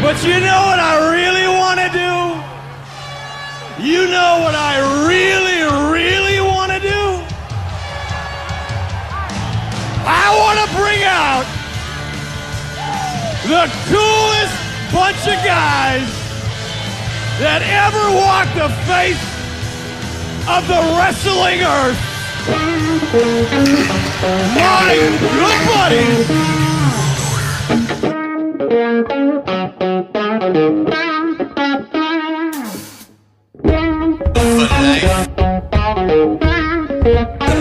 But you know what I really want to do? You know what I really, really want to do? I want to bring out the coolest bunch of guys that ever walked the face of the wrestling earth. My good buddies.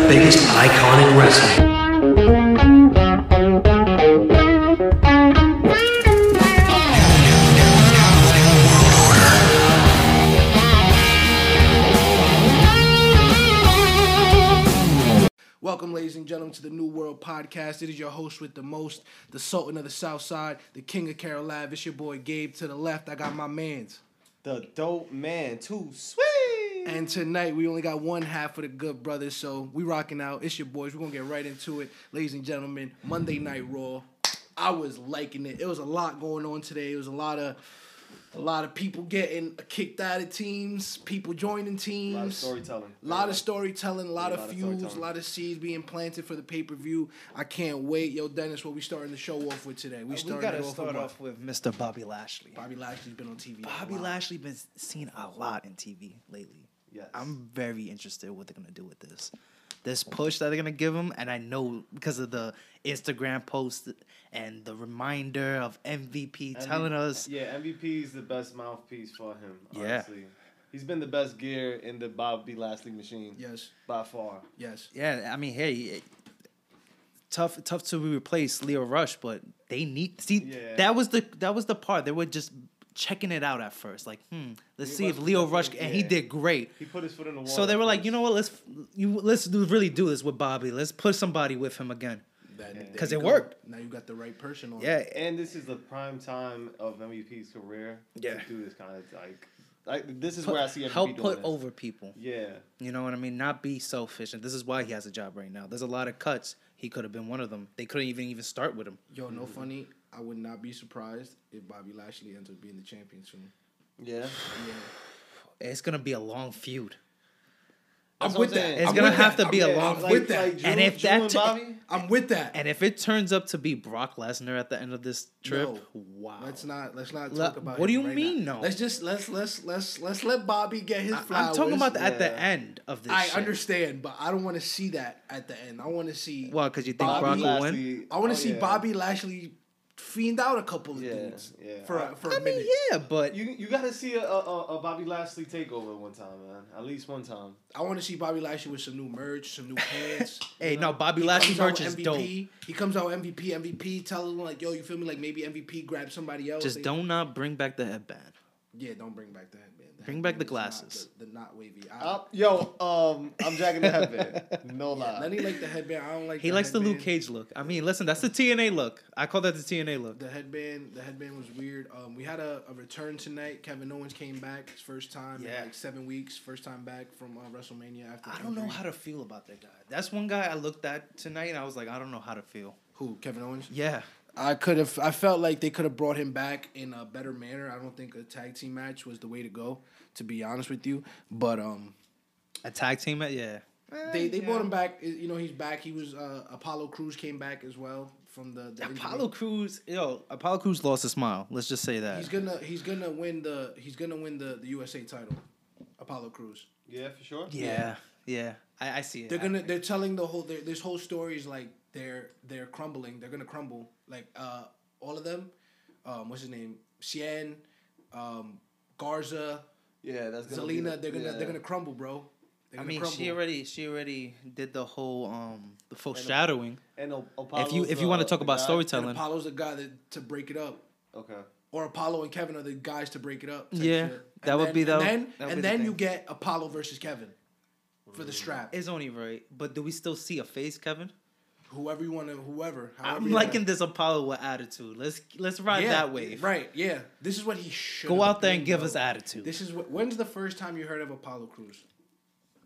biggest icon in wrestling. Welcome, ladies and gentlemen, to the New World Podcast. It is your host with the most, the Sultan of the South Side, the King of Carol Live. It's your boy Gabe to the left. I got my man's. The dope man, too sweet. And tonight we only got one half of the good brothers, so we rocking out. It's your boys. We're gonna get right into it, ladies and gentlemen. Monday Night Raw. I was liking it. It was a lot going on today. It was a lot of a lot of people getting kicked out of teams, people joining teams. lot of storytelling. A lot of storytelling, a lot Yeah, a of lot of feuds, a storytelling. lot of seeds being planted for the pay per view. I can't wait. Yo, Dennis, what we starting the show off with today? We We starting gotta it off start with off with Mr. Bobby Lashley. Bobby Lashley's been on TV. a Bobby lot. Lashley been seen a lot in TV lately. Yes. I'm very interested what they're gonna do with this, this push that they're gonna give him, and I know because of the Instagram post and the reminder of MVP telling us Yeah, MVP is the best mouthpiece for him. Yeah. Honestly. He's been the best gear in the Bobby Lashley machine. Yes. By far. Yes. Yeah, I mean, hey, it- tough, tough to replace Leo Rush, but they need see Yeah. that was the that was the part they were just checking it out at first, like, hmm, let's Leo see Rush if was Leo definitely- Rush and he yeah. did great. He put his foot in the water. So they were like, you know first. what, let's you let's do, really do this with Bobby. Let's put somebody with him again. That- there 'Cause you it go. worked. Now you got the right person on. Yeah, And this is the prime time of MVP's career Yeah. to do this kind of like, like this is where I see MVP help doing put this. over people. Yeah. You know what I mean? Not be selfish, and this is why he has a job right now. There's a lot of cuts. He could have been one of them. They couldn't even even start with him. Yo, no funny. I would not be surprised if Bobby Lashley ends up being the champion soon. Yeah. Yeah. It's gonna be a long feud. That's with that. what saying. It's I'm gonna with have that. to be I'm a with- long I'm feud. with that. Drew, And if Drew that and t- Bobby, I'm with that. And if it turns up to be Brock Lesnar at the end of this trip, No. wow. Let's not let's not Le- talk about what do him you right mean, now. no? Let's just let's let's let's let's let Bobby get his I- flowers. I'm talking about the, at the yeah. end of this. I shit. understand, but I don't want to see that at the end. I want to see. Why? Because you think Bobby Brock will win? Lashley- I want oh, to see yeah. Bobby Lashley fiend out a couple of Yeah, dudes yeah. for a, I- for a I minute. mean, yeah, but You you gotta see a, a, a- a Bobby Lashley takeover one time, man. At least one time. I want to see Bobby Lashley with some new merch, some new pants. hey, no, Bobby He Lashley comes out merch with is MVP. dope. He comes out with MVP, MVP, telling them like, yo, you feel me? Like maybe MVP grab somebody else. Just They- don't not bring back the headband. Yeah, don't bring back the headband. The Bring back headband the is glasses. Not, the, the not wavy. I, Uh, yo, um, I'm jacking the headband. No lie. Lenny like the headband. I don't like. He the likes the Luke headband. Cage look. I mean, listen, that's the TNA look. I call that the TNA look. The headband, the headband was weird. Um, we had a, a return tonight. Kevin Owens came back his first time Yeah. in like seven weeks. First time back from uh, WrestleMania after. I don't know injury. how to feel about that guy. That's one guy I looked at tonight and I was like, I don't know how to feel. Who Kevin Owens? Yeah. I could have. I felt like they could have brought him back in a better manner. I don't think a tag team match was the way to go. To be honest with you, but um, A tag team, yeah. they they brought him back. You know, he's back. He was uh, Apollo Cruz came back as well from the, the injury. Apollo Cruz, yo, Apollo Cruz lost his smile. Let's just say that. He's gonna he's gonna win the he's gonna win the, the USA title. Apollo Cruz. Yeah, for sure. Yeah, yeah. I, I see it. They're gonna they're telling the whole their, this whole story is like they're they're crumbling. They're gonna crumble. Like uh, all of them. Um, what's his name? Cien, um, Garza, Yeah, that's gonna be the- Zelina. They're gonna yeah. they're gonna crumble, bro. They're I gonna mean, crumble. she already she already did the whole um the foreshadowing. And O- Apollo's, if you if you want to uh, talk the about guy- and storytelling, Apollo's the guy that to break it up. Okay. Or Apollo and Kevin are the guys to break it up. type Yeah, shit. that And would then- be the- And then, that would and be the then thing. you get Apollo versus Kevin for Mm. the strap. it's only right. But do we still see a face, Kevin? whoever you want to, whoever. however I'm you liking wanna- this Apollo with attitude. Let's let's ride yeah, that wave. Right, yeah. This is what he should Go have out there been, and give bro. us attitude. This is what, when's the first time you heard of Apollo Cruz?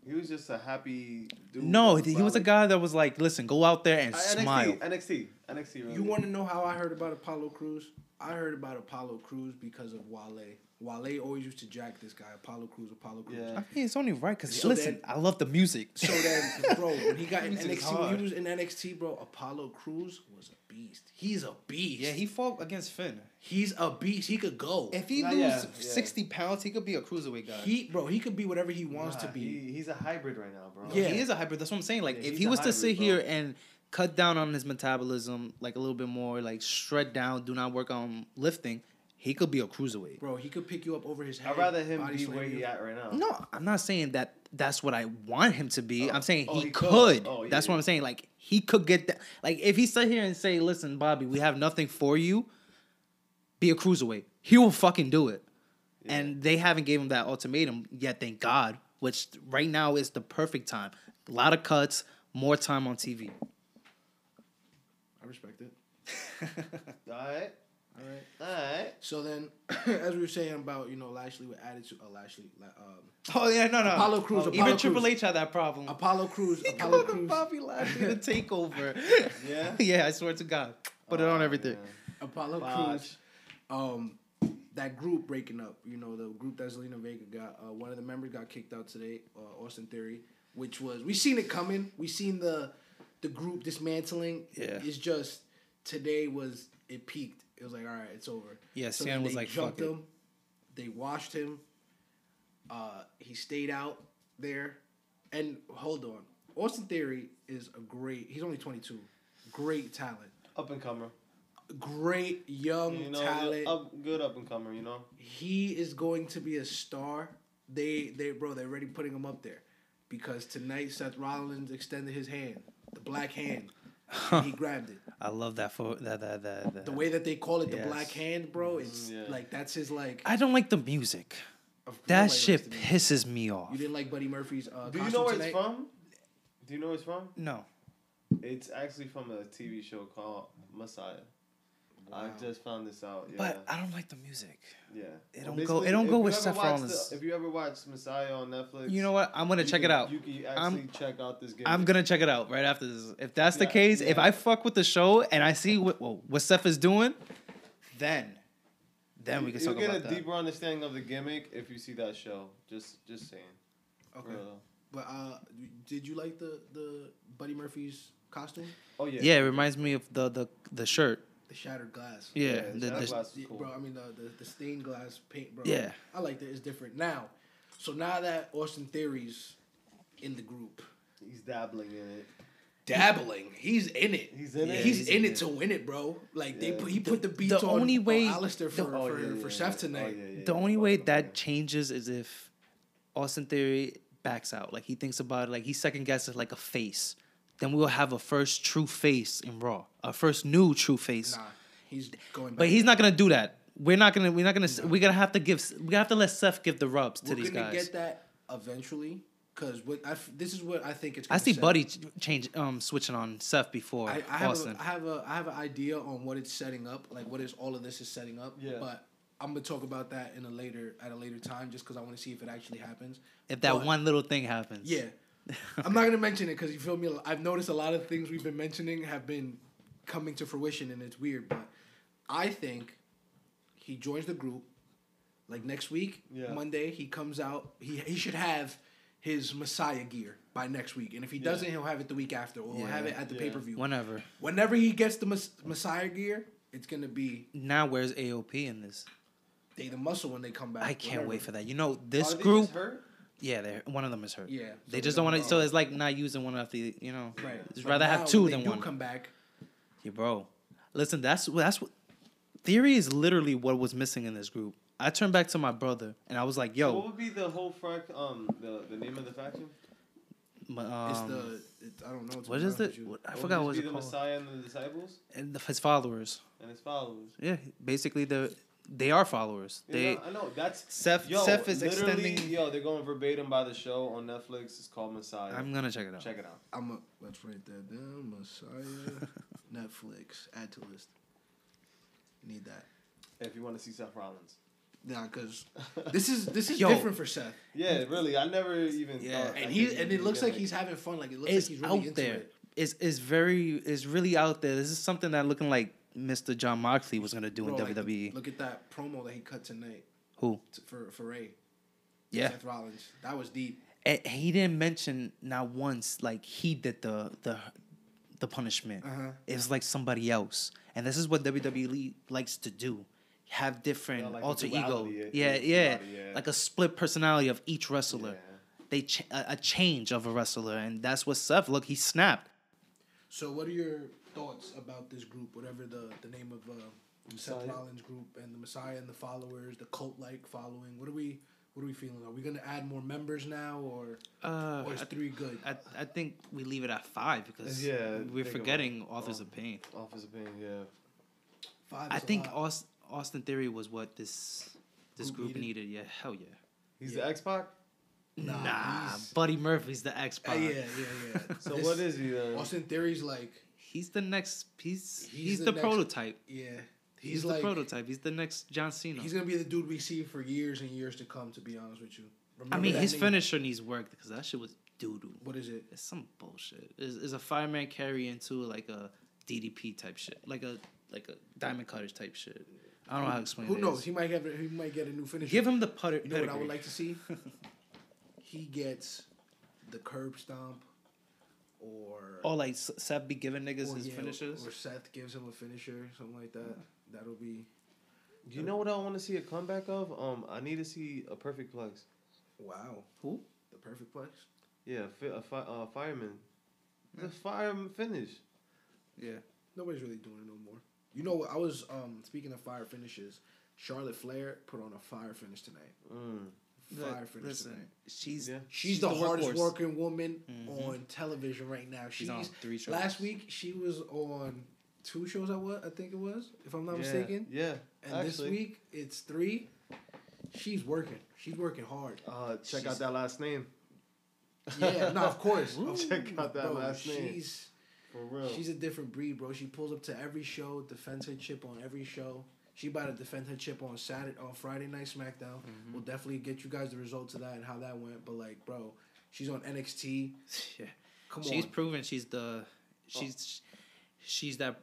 He was just a happy dude. no, that he was a about, guy that was like, listen, go out there and like- Uh, NXT, smile. NXT, NXT. Really. You want to know how I heard about Apollo Cruz? I heard about Apollo Cruz because of Wale. Wale always used to jack this guy, Apollo Cruz, Apollo Cruz. Yeah. I mean, it's only right because So listen, then- I love the music. So then, bro, when he got in Music is NXT, when hard. he was in NXT, bro, Apollo Cruz was a beast. He's a beast. yeah, he fought against Finn. he's a beast. He could go. If he Nah, lose yeah, yeah. sixty pounds, he could be a cruiserweight guy. He, he, bro, he could be whatever he wants to Nah, be. He, he's a hybrid right now, bro. Yeah. Oh, is a hybrid. That's what I'm saying. Like, Yeah, if he's he a was to hybrid, sit bro. here and cut down on his metabolism, like a little bit more, like shred down, do not work on lifting, he could be a cruiserweight. Bro, he could pick you up over his head. I'd rather him body be slam where you. he at right now. No, I'm not saying that that's what I want him to be. I'm saying Oh, he, he could. could. Oh, yeah, that's what yeah. I'm saying. Like he could get that. Like if he sit here and say, "Listen, Bobby, we have nothing for you. Be a cruiserweight." He will fucking do it. And they haven't gave him that ultimatum yet. Thank God. Which right now is the perfect time. A lot of cuts, more time on TV. I respect it. All right. All right. All right. So then, as we were saying about you know Lashley with attitude, uh, Lashley, like, um, Oh yeah, no, no. Apollo Crews, Even Apollo Triple Crews. H had that problem. Apollo Crews, He Apollo called him Crews, Bobby Lashley to take over. Yeah? yeah. I swear to God, put it on everything. Apollo Crews. Watch. Um, that group breaking up. You know the group that Zelina Vega got. Uh, one of the members got kicked out today. Uh, Austin Theory, which was we seen it coming. We seen the the group dismantling. Yeah. It's just today was it peaked. It was like all right, it's over. Yeah, then Cena was they like, jumped "Fuck it." him. They washed him. Uh, he stayed out there. And hold on, Austin Theory is a great. He's only twenty two. Great talent. Up and comer. Great young You know, talent. up, good up and comer. You know. he is going to be a star. They they bro, they're already putting him up there because tonight Seth Rollins extended his hand, the black hand. and he grabbed it. I love that for that that that. that. The way that they call it the Yes. black hand, bro, it's Mm, yeah. like that's his like. I don't like the music. of- nobody That likes shit the music. pisses me You off. didn't like Buddy Murphy's. Uh, Do you costume know where tonight? it's from? Do you know where it's from? No. It's actually from a TV show called Messiah. I Wow. just found this out. Yeah. But I don't like the music. yeah. it don't go- Basically, it don't if go you with ever Seth watched Rollins. The, if you ever watch Messiah on Netflix, You know what? I'm gonna you check can- it out. You can actually I'm- check out this game. I'm gonna check it out right after this. If that's the Yeah, case, if yeah. I fuck with the show and I see what whoa, what Seth is doing, then then we can You'll talk get about a that. deeper understanding of the gimmick if you see that show. Just, just saying. Okay, Real though. but uh, did you like the the Buddy Murphy's costume, Oh yeah. Yeah, it reminds me of the the the shirt. the shattered glass? Yeah, the, Yeah, Shadow the- Glass is Yeah, cool. bro. I mean, the, the the stained glass paint, bro. Yeah. I like that. It's different now. So now that Austin Theory's in the group, He's dabbling in it. dabbling, he's in it. He's in Yeah, it. he's, he's in in it to win it, bro. Like they Yeah. put, he put the beats the on, only way- on Alistair for Oh, for, yeah, yeah, for yeah. Chef Oh, tonight. yeah, yeah, the yeah. only way that Yeah. changes is if Austin Theory backs out. Like he thinks about it, like he second guesses like a face. Then we will have a first true face in Raw, a first new true face. Nah, he's going. Back. but he's not gonna do that. We're not gonna. We're not gonna. We're gonna have to give. We have to let Seth give the rubs to We're these gonna guys. get that eventually, because what I f- this is what I think it's. I gonna see set. Buddy ch- change um switching on Seth before I, I have Austin. a, I have a I have an idea on what it's setting up, like what is all of this is setting up. Yeah. But I'm gonna talk about that in a later at a later time, just because I want to see if it actually happens. if that But- one little thing happens, Yeah. I'm not gonna mention it because you feel me. I've noticed a lot of things we've been mentioning have been coming to fruition, and it's weird. But I think he joins the group like next week, Yeah. Monday. He comes out. He he should have his Messiah gear by next week, and if he doesn't, he'll have it the week after, or he'll have it at the yeah. pay per view. whenever. Whenever he gets the mes- Messiah gear, it's gonna be Now where's AOP in this? they the muscle when they come back. I can't whatever. wait for that. You know Are this they group. just hurt? Yeah, they one of them is hurt. Yeah, so they they just don't don't want to. know. So it's like not using one after the- you know. Right. Just But rather now have two when than they one. Do come back. yeah, bro. Listen, that's wh- that's what theory is literally what was missing in this group. I turned back to my brother and I was like, What "Yo, would be the whole frac? Um, the the name of the faction? m- It's um, the it's, I don't know. what to be is honest the? with you. What, I Or forgot would what just it be was the called. Messiah and the disciples And the, his followers. and his followers. Yeah, basically the they are followers. Yeah, They no, I know that's Seth- Seth is literally, extending- Yo, they're going verbatim by the show on Netflix. It's called Messiah. I'm gonna check it out. Check it out. I'm a let's write that down. Messiah, Netflix, add to list. Need that. If you want to see Seth Rollins. Nah, cause this is this is Yo. different for Seth, Yeah, really. I never even. Yeah. thought I and he could and be it looks like gimmick. he's having fun. Like it looks It's like he's really out into there. it. It's it's very it's really out there. This is something that looking like Mr. John Moxley was gonna do Bro, in E. like, WWE. look at that promo that he cut tonight Who? t- for for Ray. Yeah, Seth Rollins. That was deep. And he didn't mention not once like he did the the the punishment. Uh-huh. It was like somebody else, and this is what WWE likes to do: have different Yeah, like a alter ego. duality, Yeah, yeah, yeah, duality, yeah. like a split personality of each wrestler. They ch- a, a change of a wrestler, and that's what Seth. Look, he snapped. So, what are your thoughts about this group? Whatever the the name of uh, Seth Messiah. Rollins group and the Messiah and the followers, the cult like following. What are we? What are we feeling? Are we gonna add more members now, or Uh, or is three good? I, I think we leave it at five because Yeah, we're think forgetting about- authors oh. of pain. Office of Pain, yeah. Five. I is a think lot. Austin, Austin Theory was what this this Group group, needed. Yeah, hell yeah. He's the X Pac. Nah, Ah, he's- Buddy Murphy's the X Uh, Pac. yeah, yeah, yeah. So This- what is he uh, then? Austin Theory's like? He's the next. He's he's, the the, next- prototype. Yeah, he's, He's, the like prototype. He's the next John Cena. he's gonna be the dude we see for years and years to come. To be honest with you, I Remember mean, that his name? finisher needs work because that shit was doo doo. What is it? It's some bullshit. Is is a fireman carry into like a DDP type shit, like a like a diamond cutters type shit. I don't know how to explain. Who it knows? is. He might have. He might get a new finisher. Give him the putter. You know what I pedigree. would like to see? he gets the curb stomp, or Or Oh, like S- Seth be giving niggas or, his yeah, finishers. or Seth gives him a finisher, something like that. That'll be You know what I want to see a comeback of? Um, I need to see a perfect plex. wow. Who? The perfect plex. Yeah, a fi- a fi- uh, fireman. Hmm. The fireman finish. Yeah. Nobody's really doing it no more. You know what? I was um speaking of fire finishes. Charlotte Flair put on a fire finish tonight. Mm. Fire Look, finish tonight. she's Yeah. She's, the, hardest workhorse. working woman Mm-hmm. on television right now. She's, on three shows. Last week she was on two shows. I what I think it was, if I'm not yeah. mistaken. Yeah. And actually, this week it's three. She's working. She's working hard. Uh, check She's- out that last name. Yeah, no, of course. Of Check out that bro, last name. She's For Oh. real. she's a different breed, bro. She pulls up to every show, defends her chip on every show. She about to defend her chip on Saturday on Friday night SmackDown. Mm-hmm. We'll definitely get you guys the results of that and how that went. But like, bro, she's on NXT. Yeah. Come she's on. proven she's the she's she's that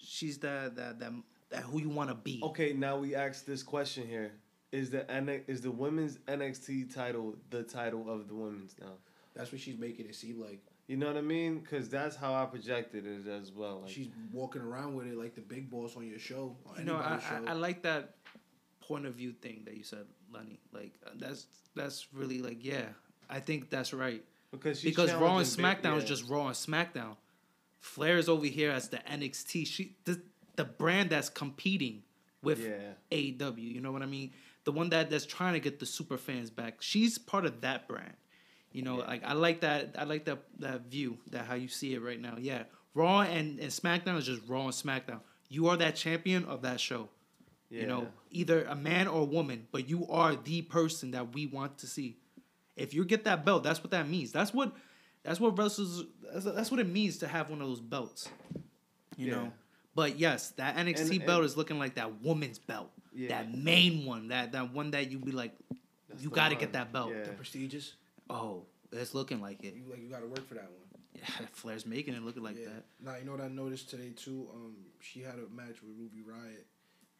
she's that that that, that who you want to be. okay, now we ask this question here: Is the N- is the women's NXT title the title of the women's now? That's what she's making it seem like. You know what I mean? Because that's how I projected it as well. Like, She's walking around with it like the big boss on your show. On You know, I, anybody's show. I I like that point of view thing that you said, Lenny. Like uh, that's that's really like yeah, I think that's right. because she's because Raw and challenging big- SmackDown is yeah. just Raw and SmackDown. Flair is over here as the NXT. She the, the brand that's competing with Yeah. AEW. You know what I mean? The one that that's trying to get the super fans back. She's part of that brand. You know, like I like that. I like that that view that how you see it right now. Yeah, Raw and and SmackDown is just Raw and SmackDown. You are that champion of that show. You know, Yeah. either a man or a woman, but you are the person that we want to see. If you get that belt, that's what that means. That's what that's what wrestlers that's, that's what it means to have one of those belts. You Yeah. know. But yes, that NXT And- belt and- is looking like that woman's belt. Yeah. That main one, that that one that you be like That's you the got to one. get that belt. Yeah. prestigious. Oh, it's looking like it. You like you gotta work for that one. Flair's making it look like Yeah. that. Now you know what I noticed today too. Um, she had a match with Ruby Riot,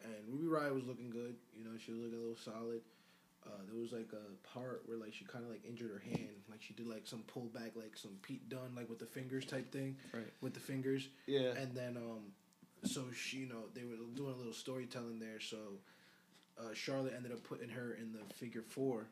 and Ruby Riot was looking good. You know, she was looking a little solid. Uh, there was like a part where like she kind of like injured her hand, like she did like some pullback, like some Pete Dunn, like with the fingers type thing, Right. with the fingers. Yeah. And then um, so she, you know, they were doing a little storytelling there. So uh, Charlotte ended up putting her in the figure four,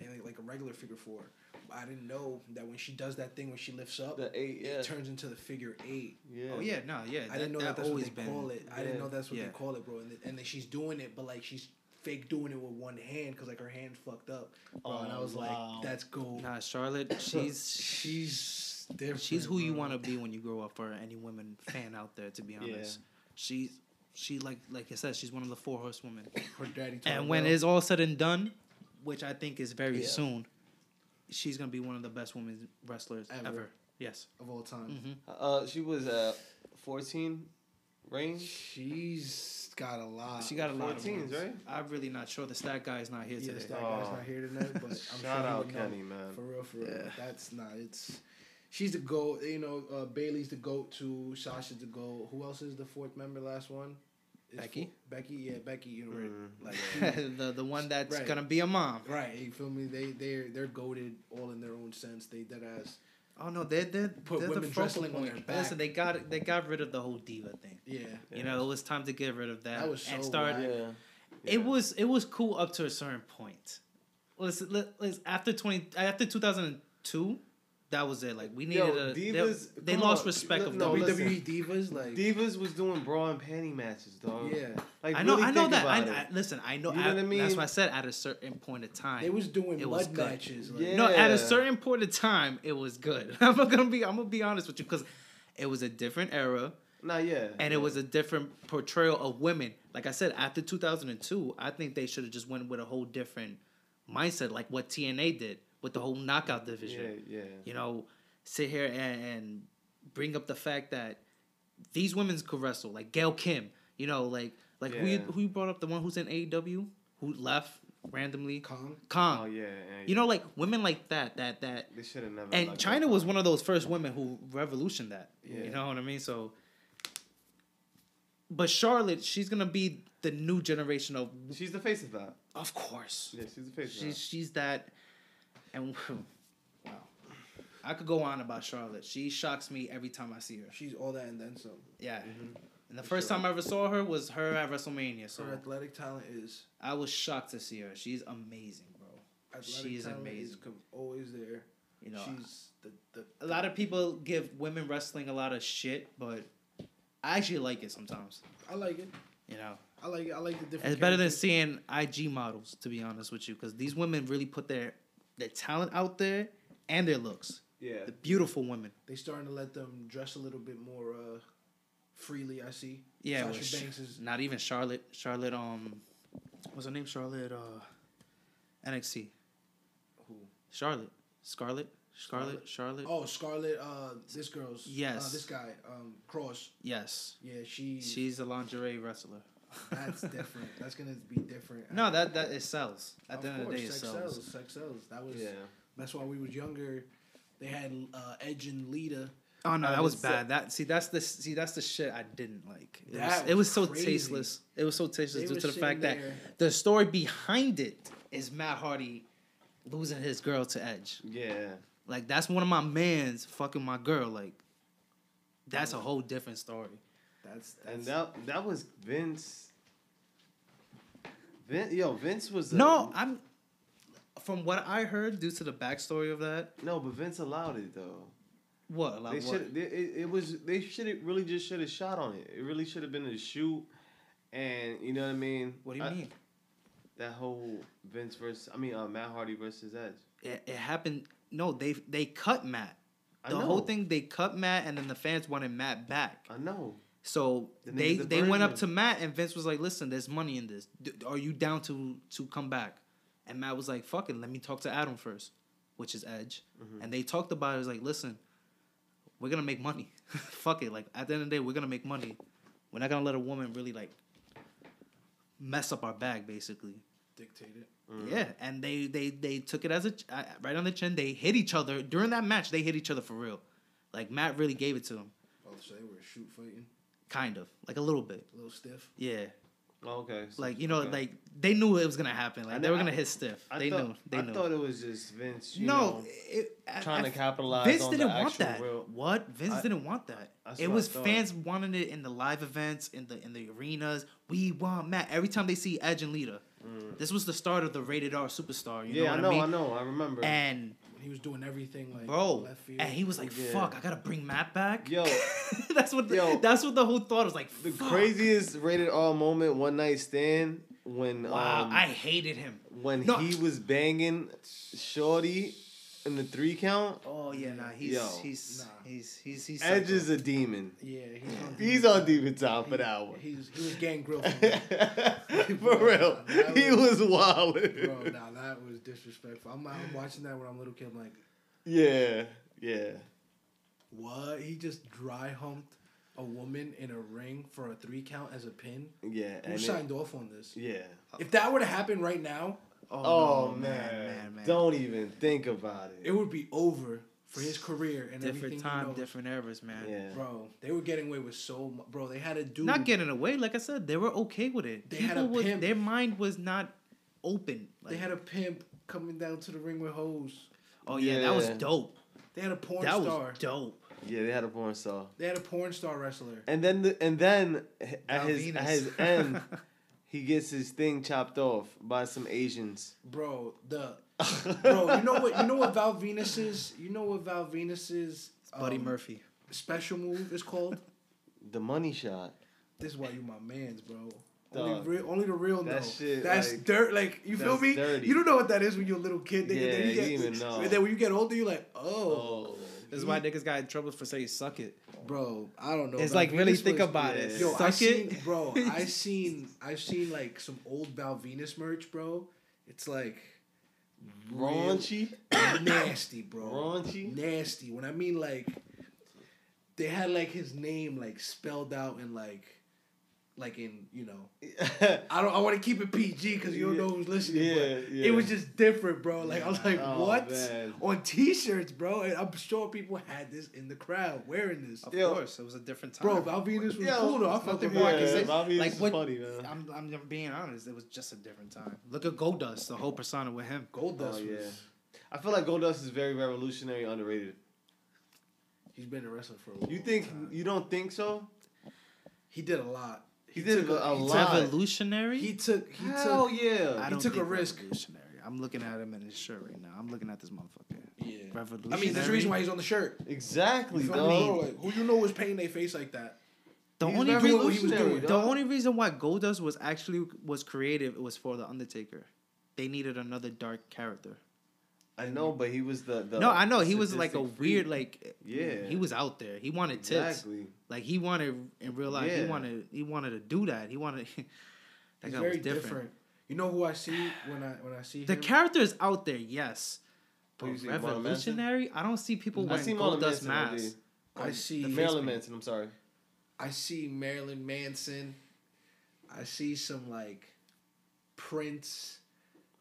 and like, like a regular figure four. I didn't know that when she does that thing when she lifts up, the eight. Yeah. it turns into the figure eight. yeah. Oh yeah, no, yeah. I didn't know that, that's what they call it. I didn't yeah, know that's what yeah. they call it, bro. And, th- and then she's doing it, but like she's fake doing it with one hand because like her hand's fucked up. Bro, and I was Oh, wow. like, that's cool. Nah, Charlotte, she's she's different. She's who you bro. want to be when you grow up, for any women fan out there. To be honest, she's she like like I said, she's one of the four horsewomen. Her daddy. told her, And when bro, it's all said and done, which I think is very Yeah. soon, she's gonna be one of the best women wrestlers Ever. ever. Yes, of all time, Mm-hmm. Uh, she was uh, fourteen range. she's got a lot. she got a lot of 14s, wins. right? I'm really not sure. The stat guy is not here Yeah, today. that guy's not here tonight, but I'm Shout sure he out would know. Kenny, man. For real, for real. Yeah. That's not. It's she's the goat. You know, uh, Bailey's the goat too. Sasha's the goat. Who else is the fourth member? Last one. It's Becky? four- Becky, yeah, Becky. You know, right. like the the one that's Right. gonna be a mom. right. You feel me? They they they're goaded all in their own sense. They dead ass. Oh no, they're they're, Put they're the women focal wrestling on point. their back. Listen, they got they got rid of the whole diva thing. Yeah. You know, it was time to get rid of that. That was and so start. whack. Yeah. It was it was cool up to a certain point. Listen, li- listen after twenty after two thousand and two, that was it. Like we needed Yo, a they- Divas- They, come lost on. respect Li- of no, no, we- them. listen. WWE divas like Divas was doing bra and panty matches, dog. Yeah. Like, I know really I know think that. I, about I, it. listen, I know. You know I- what I That's mean? why I said at a certain point of time they was doing it mud was good. matches. Like, Yeah. No, at a certain point of time, it was good. I'm gonna be I'm gonna be honest with you because it was a different era Nah, yeah. and it was a different portrayal of women. Like I said, after 2002, I think they should have just went with a whole different mindset, like what TNA did with the whole knockout division. Yeah, yeah. You know, sit here and, and bring up the fact that these women could wrestle, like Gail Kim. You know, like like who you, Yeah. who you brought up, the one who's in AEW who left randomly. Kong? Kong. Oh yeah. And You know, like women like that, that that they should have never. and let China go. was one of those first women who revolutioned that. Yeah. You know what I mean? So, but Charlotte, she's gonna be the new generation of, She's the face of that. of course. Yeah, she's the face She's she's that, and wow, I could go on about Charlotte. She shocks me every time I see her. she's all that and then some. Yeah. And the first time I ever saw her was her at WrestleMania. So Her athletic talent is I was shocked to see her. She's amazing, bro. athletic She's talent amazing. Is com- always there. You know, she's the the a lot of people give women wrestling a lot of shit, but I actually like it sometimes. I like it. You know, I like it. I like the different. it's better than characters. seeing IG models, to be honest with you, because these women really put their their talent out there and their looks. Yeah. The beautiful women. they starting to let them dress a little bit more uh, freely. I see. Yeah, Sasha with Sh- Banks is not even Charlotte. Charlotte, um, what's her name? Charlotte, uh, NXT. Who? Charlotte, Scarlet, Scarlet, Charlotte. oh Scarlett. Uh, this girl's Yes. Uh, this guy um Cross. Yes, Yeah, she. she's a lingerie wrestler. That's different. That's gonna be different. No, that that it sells. At Of the end of the course, day, it sex sells. sells. Sex sells. That was. Yeah. That's why we was younger. They had uh, Edge and Lita. Oh no, Uh, that was it's, uh, bad. That see, that's the see, that's the shit I didn't like. It was, That it was was so crazy. tasteless. It was so tasteless They due were to the sitting fact there- that the story behind it is Matt Hardy losing his girl to Edge. Yeah. Like that's one of my man's fucking my girl. Like that's a whole different story. That's that's. And that that was Vince. Vince, yo, Vince was a, No, I'm from what I heard due to the backstory of that. no, but Vince allowed it though. What? Like, They what? should. It, it was. They should have really just should have shot on it. It really should have been a shoot. And you know what I mean? What do you I- mean? That whole Vince versus I mean uh, Matt Hardy versus Edge. It, it happened. No, they they cut Matt. I The whole know. thing they cut Matt, and then the fans wanted Matt back. I know. So Then they they did the they went up version. to Matt and Vince was like, "Listen, there's money in this. D- are you down to to come back?" And Matt was like, "Fuck it, let me talk to Adam first, which is Edge." And they talked about it. it was like, "Listen, we're gonna make money. Fuck it. Like at the end of the day, we're gonna make money. We're not gonna let a woman really like mess up our bag, basically." dictated. Yeah, and they they they took it as a ch- uh, right on the chin. They hit each other during that match. They hit each other for real. Like Matt really gave it to him, Oh, so they were shoot fighting, kind of like a little bit. a little stiff. Yeah. Oh, okay. so- Like you know, okay. like they knew it was gonna happen. Like I they know- were gonna I- hit stiff. I they thought, knew. They I knew. thought it was just Vince. You no, know, it, I- trying I- to capitalize Vince on the didn't want actual that. real- What Vince I- didn't want that. That's It what I was thought. fans wanting it in the live events, in the in the arenas. We want Matt every time they see Edge and Lita. This was the start of the rated R superstar. You Mm. yeah, know I what know, I mean? I know, I remember. And He was doing everything like bro, left field. and he was like, Yeah. "Fuck, I gotta bring Matt back." Yo. that's what. The, Yo. that's what the whole thought was like. the fuck. craziest rated R moment, one night stand, when Wow, um, I hated him. when No. he was banging Shorty in the three count. Oh yeah, nah, he's Yo. he's, Nah. he's he's he's Edge psycho. is a demon. yeah, he's on He's on demon time for that one. He's he was gang grilled. From that. for real, he was wild. Bro, nah, that was disrespectful. I'm, I'm watching that when I'm a little kid. I'm like, Yeah, yeah. what? He just dry humped a woman in a ring for a three count as a pin. Yeah, Who and it- signed off on this? yeah. If that were to happen right now, Oh, no, man. don't even think about it. it would be over for his career and everything. Different he time, knows. different eras, man. Yeah. Bro, they were getting away with so much. Bro, they had a dude. Not getting away. Like I said, they were okay with it. They had People a was, pimp. their mind was not open. Like, They had a pimp coming down to the ring with hoes. oh yeah, that was Yeah. dope. They had a porn That star. was dope. Yeah, they had a porn star. They had a porn star wrestler. And then the, and then h- at Now his Venus. at his end, he gets his thing chopped off by some Asians. Bro, the bro, you know what you know what Val Venus is? You know what Val Venus's Buddy um, Murphy. special move is called? The money shot. This is why you my man's, bro. Dog. Only, real, only the real That know. shit, that's like- dirt. Like you feel that's me? dirty. You don't know what that is when you're a little kid. Nigga. Yeah, then you you get, even know. and then when you get older, you're like, oh, Oh, This is why niggas got in trouble for saying "suck it." bro, I don't know. It's Val like really Venus think was- about yeah. it. Yo, I Suck seen, it. bro. I seen, I've seen like some old Val Venus merch, bro. It's like raunchy. nasty, bro. Raunchy? Nasty. When I mean like, they had like his name like spelled out in like, like in you know I don't. I want to keep it PG because you don't know who's listening. Yeah, but yeah. It was just different, bro. Like I was like, Oh, what man. on T-shirts, bro? And I'm sure people had this in the crowd wearing this. Of Yo. course, it was a different time. Bro, Valvinus was Yo, cool though. I it's fuck with nothing more I can Yeah, say. Valvinus. Bobby, like this is what? funny, man. I'm, I'm being honest. It was just a different time. Look at Goldust, the whole persona with him. Goldust Oh, yeah. was. I feel like Goldust is very revolutionary, underrated. He's been a wrestler for a long You think time. you don't think so? he did a lot? He did took a he lot. took- Revolutionary. He took. He Hell took. yeah! I he don't took a think risk. Revolutionary. I'm looking at him in his shirt right now. I'm looking at this motherfucker. Yeah. Revolutionary. I mean, there's a reason why he's on the shirt. Exactly, You feel dog. me? Like, who you know was painting their face like that? The He's only revolutionary, reason he was doing, the dog. only reason why Goldust was actually was creative was for the Undertaker. They needed another dark character. I know, but he was the, the no, I know he was like a sadistic weird freak. like. Yeah. He was out there. He wanted tits. exactly. Like he wanted in real life. He Yeah. wanted he wanted to do that. He wanted. that He's guy very was different. different. You know who I see when I when I see The him? character is out there, yes. But Who you see, Marlon Manson? revolutionary, I don't see people I wearing see Marilyn Goldust Manson. I masks. did. I see Marilyn Manson. I'm sorry. I see Marilyn Manson. I see some like Prince.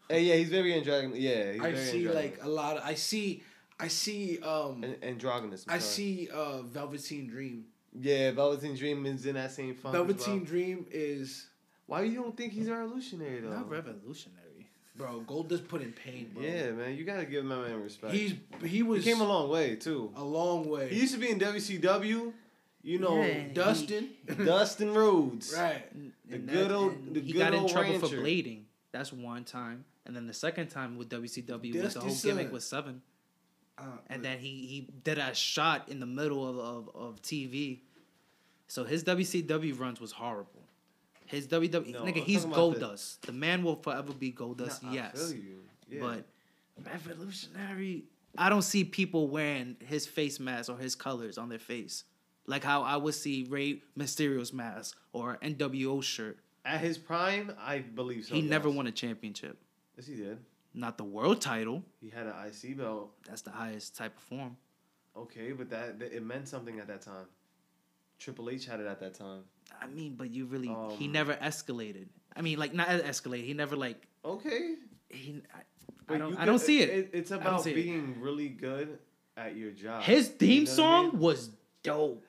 Hey, yeah, he's very androgynous. Yeah, he's I very see androgynous. like a lot of I see I see um An- androgynous. I'm I sorry. see uh Velveteen Dream. Yeah, Velveteen Dream is in that same funk. Velveteen As well. Dream is Why you don't think he's a revolutionary though? Not revolutionary. bro, Goldust put in pain, bro. yeah, man, you gotta give my man respect. He's he he was came a long way too. a long way. He used to be in WCW. You know, Yeah. Dustin. Dustin Rhodes. right. The good old- the he good got in old trouble for rancher. blading. That's one time, and then the second time with WCW was That's the the whole gimmick son. was seven, Uh, and then he he did a shot in the middle of, of, of TV. So his WCW runs was horrible. His WWE No, nigga, I'm he's talking about the- Goldust. The man will forever be Nah, Goldust. I yes, feel you. Yeah. But revolutionary, I don't see people wearing his face mask or his colors on their face, like how I would see Ray Mysterio's mask or NWO shirt. at his prime, I believe so. he yes. never won a championship, Yes, he did. not the world title. He had an IC belt. That's the highest type of form. Okay, but that, that it meant something at that time. Triple H had it at that time. I mean, but you really he Um, never escalated. I mean, like not escalated. He never like Okay, he. I, I But don't. you I don't could- see it. It's don't about see it. being really good at your job. His You theme know what I song mean? was dope.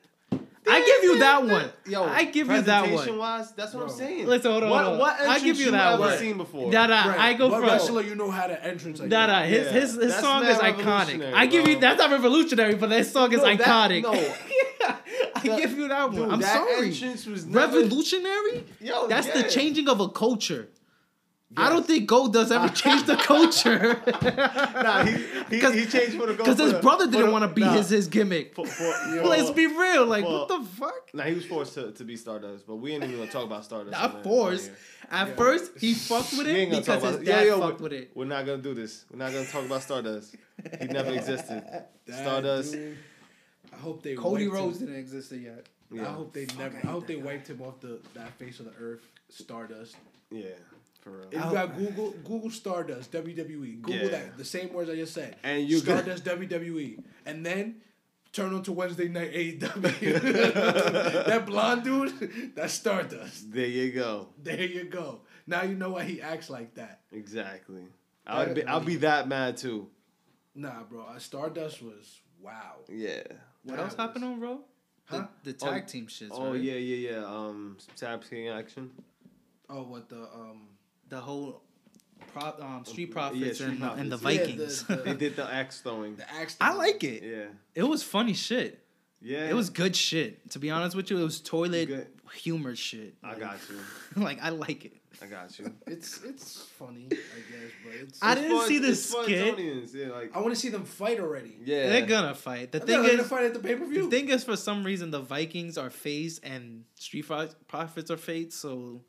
I give you that one. Yo, I give you that one. Presentation-wise, that's what I'm Bro. saying. Listen, hold on, What, hold on. what I'll entrance give you you, that ever one. seen before? That I, Right. I go what from. wrestler you know had an entrance like Nah, that? nah, his Yeah, his, his that's song mad is iconic. revolutionary, I give you bro. that's not revolutionary, but that song is No, that- iconic. no. I give you that one. Dude, I'm that sorry. entrance was never- revolutionary? Yo, that's yeah. the changing of a culture. I don't Yes. think Gold does ever change the culture. Nah, he, he, he changed for the Because his brother didn't want to be nah, his his gimmick. For, for, yo, Let's be real. Like, for- what the fuck? Nah, he was forced to, to be Stardust, but we ain't even gonna talk about Stardust. on Not that- Oh, forced. on here. At first, he fucked with We it ain't gonna because talk about his it. dad Yo, yo, fucked we- with it. We're not gonna do this. We're not gonna talk about Stardust. He never existed. Stardust. dude. I hope they Cody wiped him. Rhodes didn't exist yet. Yeah. I hope they never. I hope they wiped him off the that face of the earth. Stardust. Yeah, for real. If you got Google Google Stardust WWE. Google Yeah. that. The same words I just said. And you got- Stardust WWE. And then turn on to Wednesday night AEW. that blonde dude. That's Stardust. There you go. There you go. Now you know why he acts like that. Exactly. I'll be I'll be that mad too. Nah, bro. uh, Stardust was Wow. Yeah. What else happened on Raw? Huh? The, the tag team shits. Oh right? yeah, yeah, yeah. Um, Tab King action. Oh, what the um The whole prop, um, street profits yeah, Street and, the- and the Profits, yeah. Vikings. Yeah, the- They did the axe throwing. the axe. I like it. Yeah. It was funny shit. Yeah. It was good shit. To be honest with you, it was toilet Good. humor shit. I got you. like I like it. I got you. It's it's funny, I guess, but it's. I I, It's didn't for- see the it's for skit. Oh, Antonians, Yeah, like want to see them fight already. yeah. They're gonna fight. The I thing they're gonna is, fight at the pay per the view. thing is, for some reason, the Vikings are phased and Street Pro- Profits are phased, so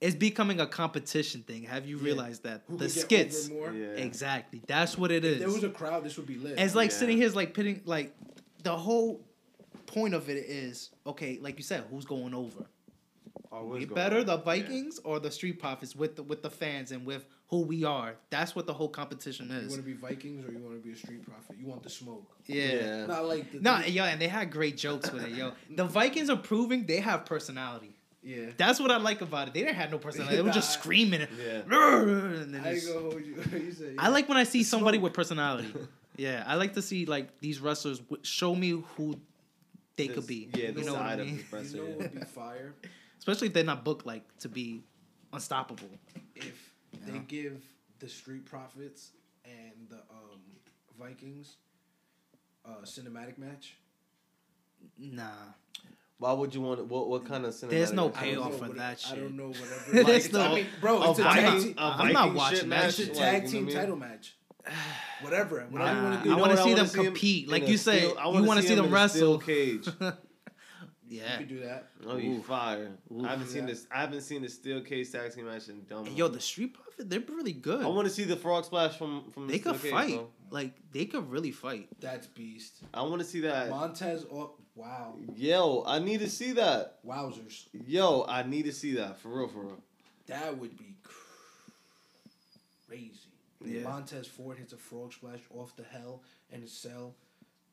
it's becoming a competition thing. Have you realized that the skits? More? Yeah. Exactly. That's what it If there was is. a crowd, this would be lit. it's like Yeah. sitting here, is like pitting, like the whole point of it is okay. Like you said, who's going over? Oh, We what's going better on? the Yeah. Vikings or the Street Profits with the, with the fans and with who we are. That's what the whole competition you is. want to be Vikings or you want to be a street prophet? You want the smoke. yeah. Yeah. Not like the No, yo, and they had great jokes with it, yo. The Vikings are proving they have personality. yeah. That's what I like about it. They didn't have no personality. They were just Nah. screaming. Yeah. And then I ain't just- gonna hold you. you said, I like when I see somebody with personality. Yeah, I like to see like these wrestlers w- show me who they This- could be. Yeah, you the know what I side mean. of the You know wrestler, what yeah. would be fire Especially if they're not booked like to be unstoppable. if they give the street profits and the um, Vikings a cinematic match. Nah, Why would you want? What what kind of? There's cinematic no action? I don't payoff know for what it- that I shit. don't know whatever. There's like, it's- no- I mean, bro, it's a a tag Viking- team. I'm not watching that It's a shit, tag team title match. Whatever. Whatever you Nah, want to I do. wanna see wanna them compete. Like you said, steel- I you wanna wanna see him them in a steel wrestle. Cage. You yeah. could do that. Oh, you fire! I haven't seen Yeah. this. I haven't seen the steel cage tag team match in dumb. And, yo, the Street Profits, they're really good. I want to see the frog splash from from. they the steel could cage, fight. bro. like they could really fight. That's beast. I want to see that. Montez. Oh, wow. Yo, I need to see that. Wowzers. Yo, I need to see that for real, for real. That would be crazy. Yeah. Montez Ford hits a frog splash off the hell and cell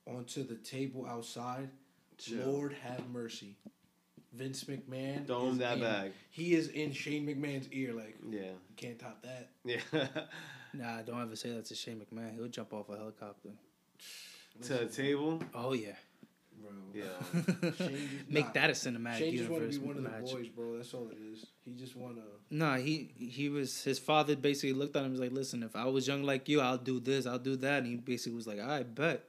onto the table outside. Chill. Lord have mercy. Vince McMahon. Dome is that in- bag. He is in Shane McMahon's ear. Like, Yeah, you can't top that. yeah. Nah, don't ever say that to Shane McMahon. He'll jump off a helicopter. to a table. Oh yeah, Bro. Yeah. Shane just- make nah. that a cinematic Shane just want universe to be one of the match. boys, bro. That's all it is. He just want to. Nah, he he was his father basically looked at him and was like, "Listen, if I was young like you, I'll do this, I'll do that." And he basically was like, "I bet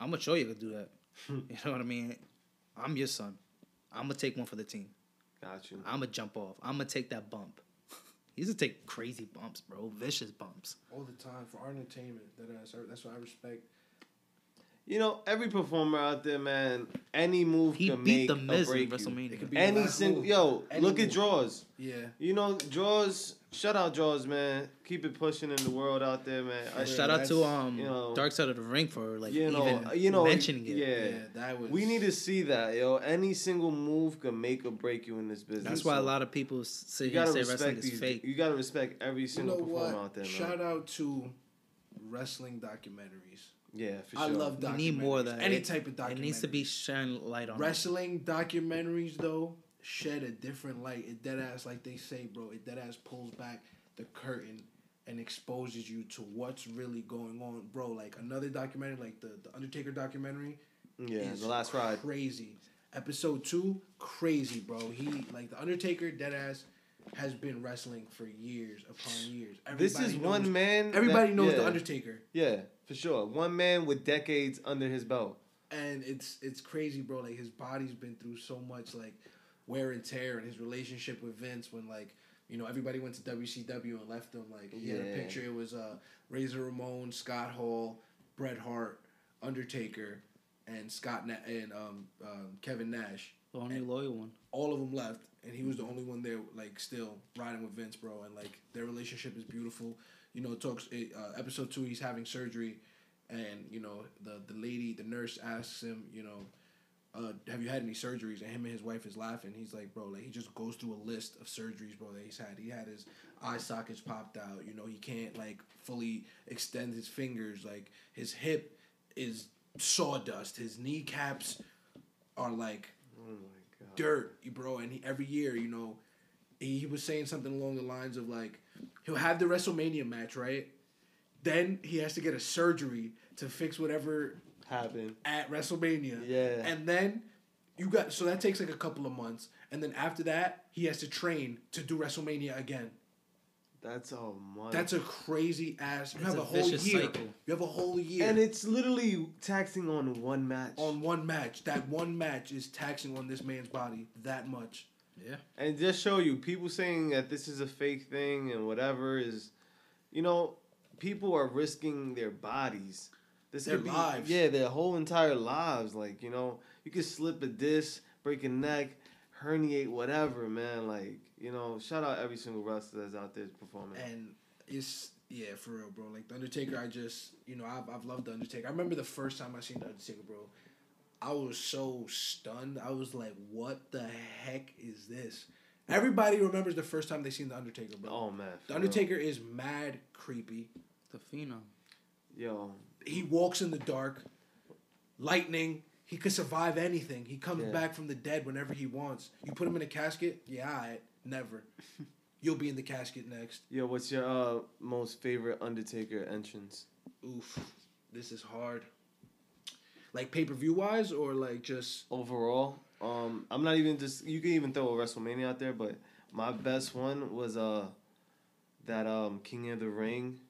I'm gonna show you to do that." you know what I mean? I'm your son. I'm gonna take one for the team. Got you. I'm gonna jump off. I'm gonna take that bump. He used to take crazy bumps, bro. Vicious bumps. All the time for our entertainment. That ass. That's what I respect. You know, every performer out there, man, any move He can beat make the or Miz in break you. WrestleMania. It could be the Any last single move. yo, Any look at move. draws. Yeah. You know, draws. Shout out draws, man. Keep it pushing in the world out there, man. I- And shout out to that's, um you know- Dark Side of the Ring for like you know, even you know, mentioning it. Yeah. Yeah, that was. We need to see that, yo. Any single move can make or break you in this business. That's why a so lot of people s- sit you here and gotta say respect wrestling is these. fake. You gotta respect every You single know performer what? out there, man. Shout out to wrestling documentaries. Yeah, for sure. I love We documentaries. need more of that. Any It- type of documentary. It needs to be shine light on. it. Wrestling documentaries though shed a different light. It dead ass like they say, bro. It dead ass pulls back the curtain and exposes you to what's really going on, bro. Like another documentary, like the, the Undertaker documentary. Yeah, is the last ride. Crazy. Episode two, crazy, bro. He like the Undertaker, dead ass, has been wrestling for years upon years. This is Everybody one knows- man. Everybody that- knows yeah, the Undertaker. Yeah, for sure. One man with decades under his belt. and it's it's crazy, bro. Like his body's been through so much like wear and tear, and his relationship with Vince when like you know everybody went to WCW and left him. Like he had Yeah. a picture. It was uh, Razor Ramon, Scott Hall, Bret Hart, Undertaker, and Scott Na- and um, um, Kevin Nash. The only loyal one. All of them left, and he was the only one there, like still riding with Vince, bro. And like their relationship is beautiful. You know, it talks it, uh, episode two. He's having surgery, and you know the the lady, the nurse asks him, you know, uh, have you had any surgeries? And him and his wife is laughing. He's like, bro, like he just goes through a list of surgeries, bro, that he's had. He had his eye sockets popped out. You know, he can't like fully extend his fingers. Like his hip is sawdust. His kneecaps are like dirt, bro. And he, every year, you know, he, he was saying something along the lines of like, he'll have the WrestleMania match, right? Then he has to get a surgery to fix whatever happen. at WrestleMania. Yeah. And then you got so that takes like a couple of months, and then after that he has to train to do WrestleMania again. That's all money. That's a crazy ass. Uh, You It's have a a, whole vicious year. cycle. You have a whole year and it's literally taxing on one match. on one match. That one match is taxing on this man's body that much. Yeah. and just show you people saying that this is a fake thing and whatever is, you know, people are risking their bodies. This Their could be, lives. Yeah, their whole entire lives. Like you know, you could slip a disc, break a neck, herniate, whatever, man. Like you know, shout out every single wrestler that's out there performing. And it's yeah, for real, bro. Like the Undertaker, I just you know I've I've loved the Undertaker. I remember the first time I seen the Undertaker, bro. I was so stunned. I was like, what the heck is this? Everybody remembers the first time they seen the Undertaker, bro. oh man, The for real. Undertaker is mad creepy. The phenom. Yo, He walks in the dark. Lightning. He could survive anything. He comes Yeah. back from the dead whenever he wants. You put him in a casket? Yeah, all right. Never. You'll be in the casket next. yo, what's your uh, most favorite Undertaker entrance? Oof. This is hard. Like pay per view wise or like just overall. Um, I'm not even just you can even throw a WrestleMania out there, but my best one was uh that um King of the Ring,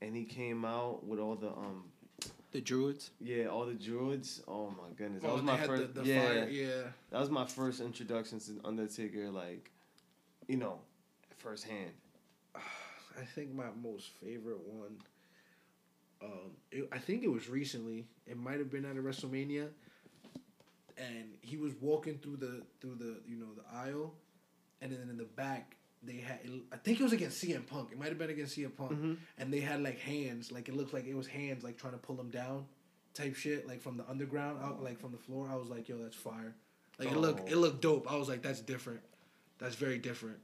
and he came out with all the um The druids. yeah all the druids. Oh my goodness, that Oh, was they my had first the- the yeah fire- yeah. that was my first introduction to Undertaker like, you know, firsthand. I think my most favorite one. Um, it, I think it was recently. It might have been at a WrestleMania, and he was walking through the through the you know the aisle, and then in the back they had. I think it was against CM Punk. It might have been against CM Punk, and they had like hands, like it looked like it was hands, like trying to pull him down, type shit, like from the underground, out like from the floor. I was like, yo, that's fire. Like it looked it looked dope. I was like, that's different. That's very different.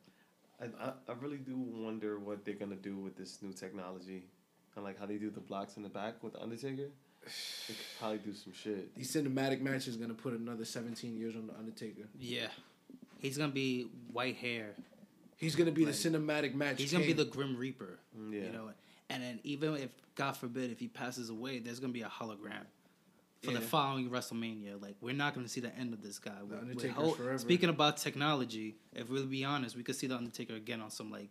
I, I I really do wonder what they're gonna do with this new technology, and like how they do the blocks in the back with Undertaker. They could probably do some shit. These cinematic matches gonna put another seventeen years on the Undertaker. Yeah. He's gonna be white hair. He's gonna be the cinematic match. He's gonna be king. the Grim Reaper. Mm, yeah. You know, and then even if God forbid if he passes away, there's gonna be a hologram for the Yeah. following WrestleMania. Like we're not gonna see the end of this guy. With- with Undertaker whole- forever. Speaking about technology, if we'll be honest, we could see the Undertaker again on some like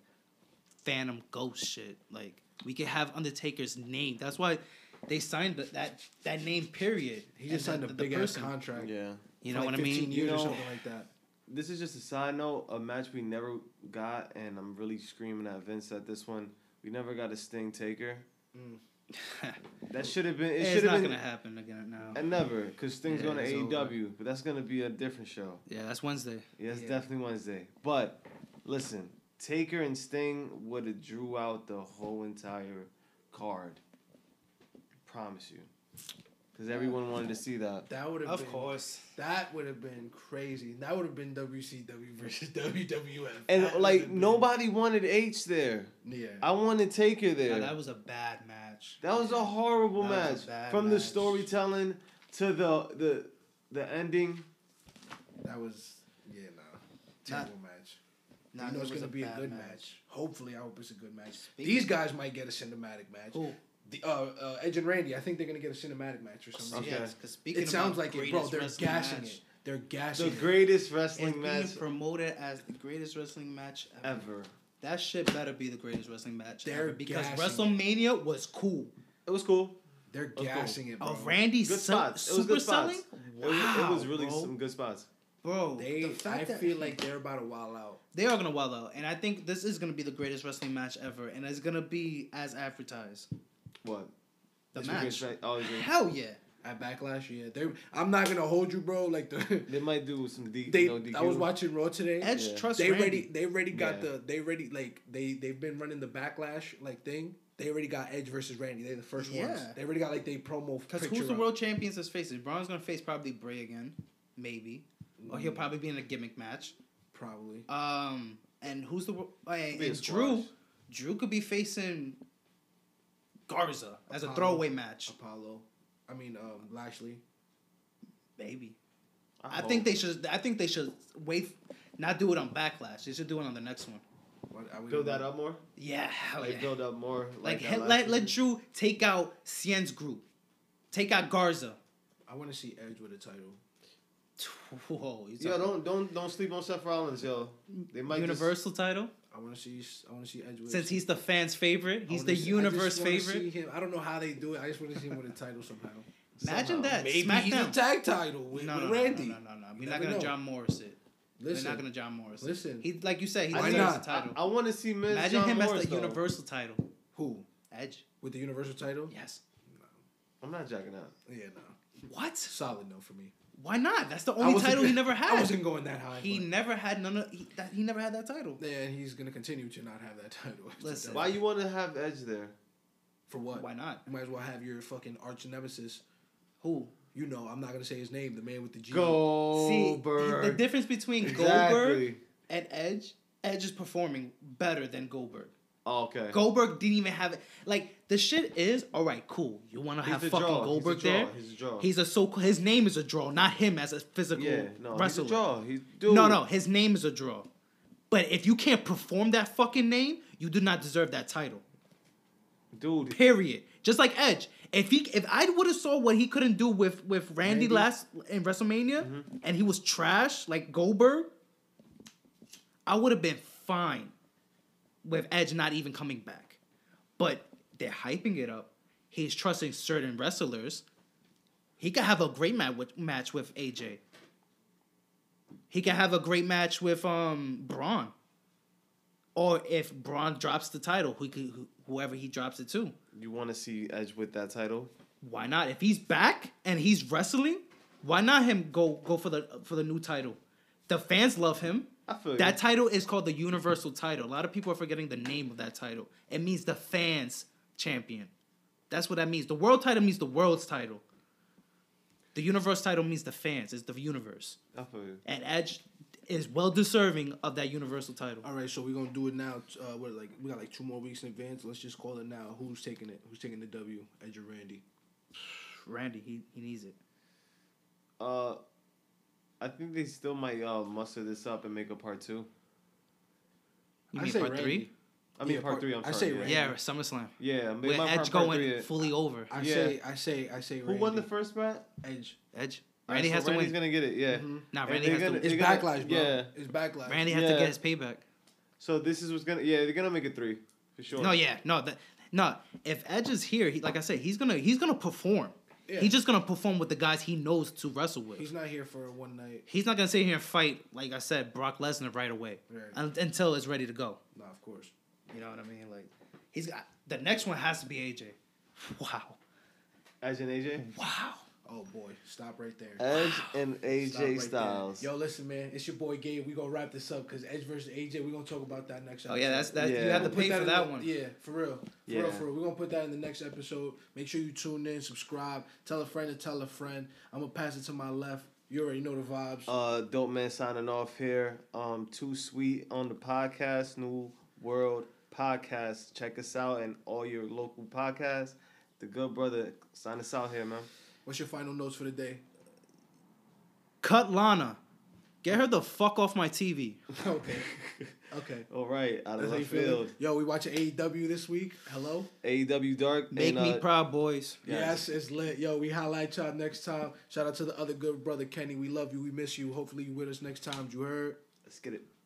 phantom ghost shit. Like we could have Undertaker's name. That's why they signed the, that that name. Period. He just And signed the- a the big ass person. contract. Yeah. You for know like what I 15 mean? Years You or know- something like that. This is just a side note, a match we never got, and I'm really screaming at Vince at this one. We never got a Sting Taker. That should have been. It it's should not have been. gonna happen again now. And never, cause Sting's Yeah, going to it's AEW, over. but that's gonna be a different show. yeah, that's Wednesday. Yeah, it's Yeah. definitely Wednesday. But listen, Taker and Sting would have drew out the whole entire card. Promise you, cause everyone wanted to see that. That would have been, course. That would have been crazy. That would have been WCW versus WWF. And That like would've been- nobody wanted H there. Yeah. I wanted Taker there. that was a bad match. That was a horrible That match. was a bad From the match. storytelling to the the the ending. that was yeah no terrible match. Nah, you know it it's was gonna a be a bad good match. match. Hopefully, I hope it's a good match. These guys might get a cinematic match. Who? The uh, uh, Edge and Randy. I think they're gonna get a cinematic match or something. Okay. Yes, because speaking It sounds about like it, bro. greatest They're wrestling gashing match, it. They're gashing The it. greatest wrestling It's being match promoted as the greatest wrestling match ever. ever. That shit better be the greatest wrestling match They're ever because gashing WrestleMania was cool. It was cool. They're cool. gassing it, bro. Of Randy Good su- spots. It was super good spots. selling, It was- it was Wow, really bro. some good spots. bro. They, the fact I that feel like they're about to wild out. they are gonna wild out, and I think this is gonna be the greatest wrestling match ever, and it's gonna be as advertised. What? The This was match. great, right? Oh, yeah. Hell yeah. At Backlash, yeah, they. I'm not gonna hold you, bro. Like the They might do some D. they. no DQ. I was watching Raw today. Edge Yeah. trusts they Randy. already, they already got Yeah. the, they already like they they've been running the Backlash like thing. They already got Edge versus Randy. They're the first ones. Yeah. They already got like they promo. Because picture who's the up. world champions that's facing? Braun's gonna face probably Bray again, maybe, or Mm. he'll probably be in a gimmick match. Probably. Um, and who's the wor- uh, and, be a Drew? squash. Drew could be facing Garza as a throwaway match, Apollo. I mean, um, Lashley. maybe. I I hope. think they should. I think they should wait, not do it on Backlash. They should do it on the next one. What, are we build that up more. Yeah, hell Like yeah. build up more. like that he- last let one. let Drew take out Cien's group, Take out Garza. I want to see Edge with a title. Whoa, he's Yo, don't don't don't sleep on Seth Rollins, yo. They might just- universal title. I want to see. I want to see Edge with. Since he's the fans' favorite, I he's wanna the see- I just universe wanna favorite. see him- I don't know how they do it. I just want to see him with a title somehow. Imagine that. Maybe he's a SmackDown. tag title with, no, with no, no, Randy. No, no, no, no. We're not never gonna know. John Morris it. We're Listen, not gonna John Morris. it. Listen. he like you said, he I Why deserves not? the title. I, want to see Miz Imagine John him Morris, as the though. universal title. who Edge. with the Universal title? Yes. I'm not jacking out. Yeah, no, What? solid no for me. Why not? That's the I only wasn't title go- he never had. I wasn't going that high. He but- never had none of he, that, he never had that title. yeah, and he's gonna continue to not have that title. after Listen. that. Why you want to have Edge there? For what? Why not? You might as well have your fucking arch nemesis. Who? You know, I'm not gonna say his name. The man with the G. See, Goldberg. the difference between Goldberg Exactly. and Edge, Edge is performing better than Goldberg. Oh, okay. Goldberg didn't even have it. Like the shit is all right, cool. You want to He's have a fucking draw. He's a Goldberg draw. there? He's a draw. He's a so his name is a draw, not him as a physical yeah, no, wrestler. he's a draw. He's dude. No, no, his name is a draw. But if you can't perform that fucking name, you do not deserve that title. dude. Period. Just like Edge. If he if I would have saw what he couldn't do with with Randy, Randy? last in WrestleMania and he was trash like Goldberg, I would have been fine with Edge not even coming back. But they're hyping it up. He's trusting certain wrestlers. He could have a great match with, match with AJ. He could have a great match with um Braun. Or if Braun drops the title, who could who, whoever he drops it to. You want to see Edge with that title? Why not? If he's back and he's wrestling, why not him go go for the for the new title? The fans love him. I feel you. that title is called the Universal title. A lot of people are forgetting the name of that title. It means the fans champion. That's what that means. The world title means the world's title. The universe title means the fans. It's the universe. I feel you. And Edge is well deserving of that universal title. All right, so we're gonna do it now. Uh, what like we got like two more weeks in advance. Let's just call it now. Who's taking it? Who's taking the W? Edge or Randy? Randy, he, he needs it. Uh, I think they still might uh, muster this up and make a part two. You I mean say part three? Randy. I mean Yeah, part part- three. I'm I sorry. say yeah. Randy. Yeah, SummerSlam. Yeah, make With my part Edge part going three, yeah. fully over. I Yeah. say, I say, I say. Who Randy. won the first match? Edge? Edge. Randy Alright, has so Randy's to win. Mm-hmm. gonna get it. Yeah. Nah, Randy And they're has to gonna- win. It's they're gonna- backlash, bro. Yeah. It's backlash. Randy has to Yeah. get his payback. So this is what's gonna. Yeah, they're gonna make it three for sure. No, yeah, no, that, no. If Edge is here, he, like I said, he's gonna he's gonna perform. Yeah. He's just gonna perform with the guys he knows to wrestle with. He's not here for one night. He's not gonna sit here and fight like I said Brock Lesnar right away Right. un- until it's ready to go. Nah, of course. You know what I mean? Like he's got the next one has to be AJ. Wow, Edge and AJ. wow. Oh boy, stop right there. Edge and Stop right AJ there. Styles. Yo, listen, man, it's your boy Gabe. We gonna wrap this up because Edge versus AJ. We gonna talk about that next. Oh yeah, that's that. You Yeah. have to We'll pay put for in that the- one. Yeah, for real. For real, Yeah. for real. We're gonna put that in the next episode. Make sure you tune in, subscribe, tell a friend to tell a friend. I'm gonna pass it to my left. You already know the vibes. Uh, dope man signing off here. Um, too sweet on the podcast, New World Podcast. Check us out and all your local podcasts. The Good Brother, sign us out here, man. What's your final notes for the day? Cut Lana. Get her the fuck off my TV. okay. Okay. All right, out of That's how you left feel. field. it? Yo, we watching AEW this week. Hello? AEW Dark. Make and, me uh, proud, boys. Yes. Yes. it's lit. Yo, we highlight y'all next time. Shout out to the other good brother Kenny. We love you. We miss you. Hopefully you with us next time. You heard? Let's get it.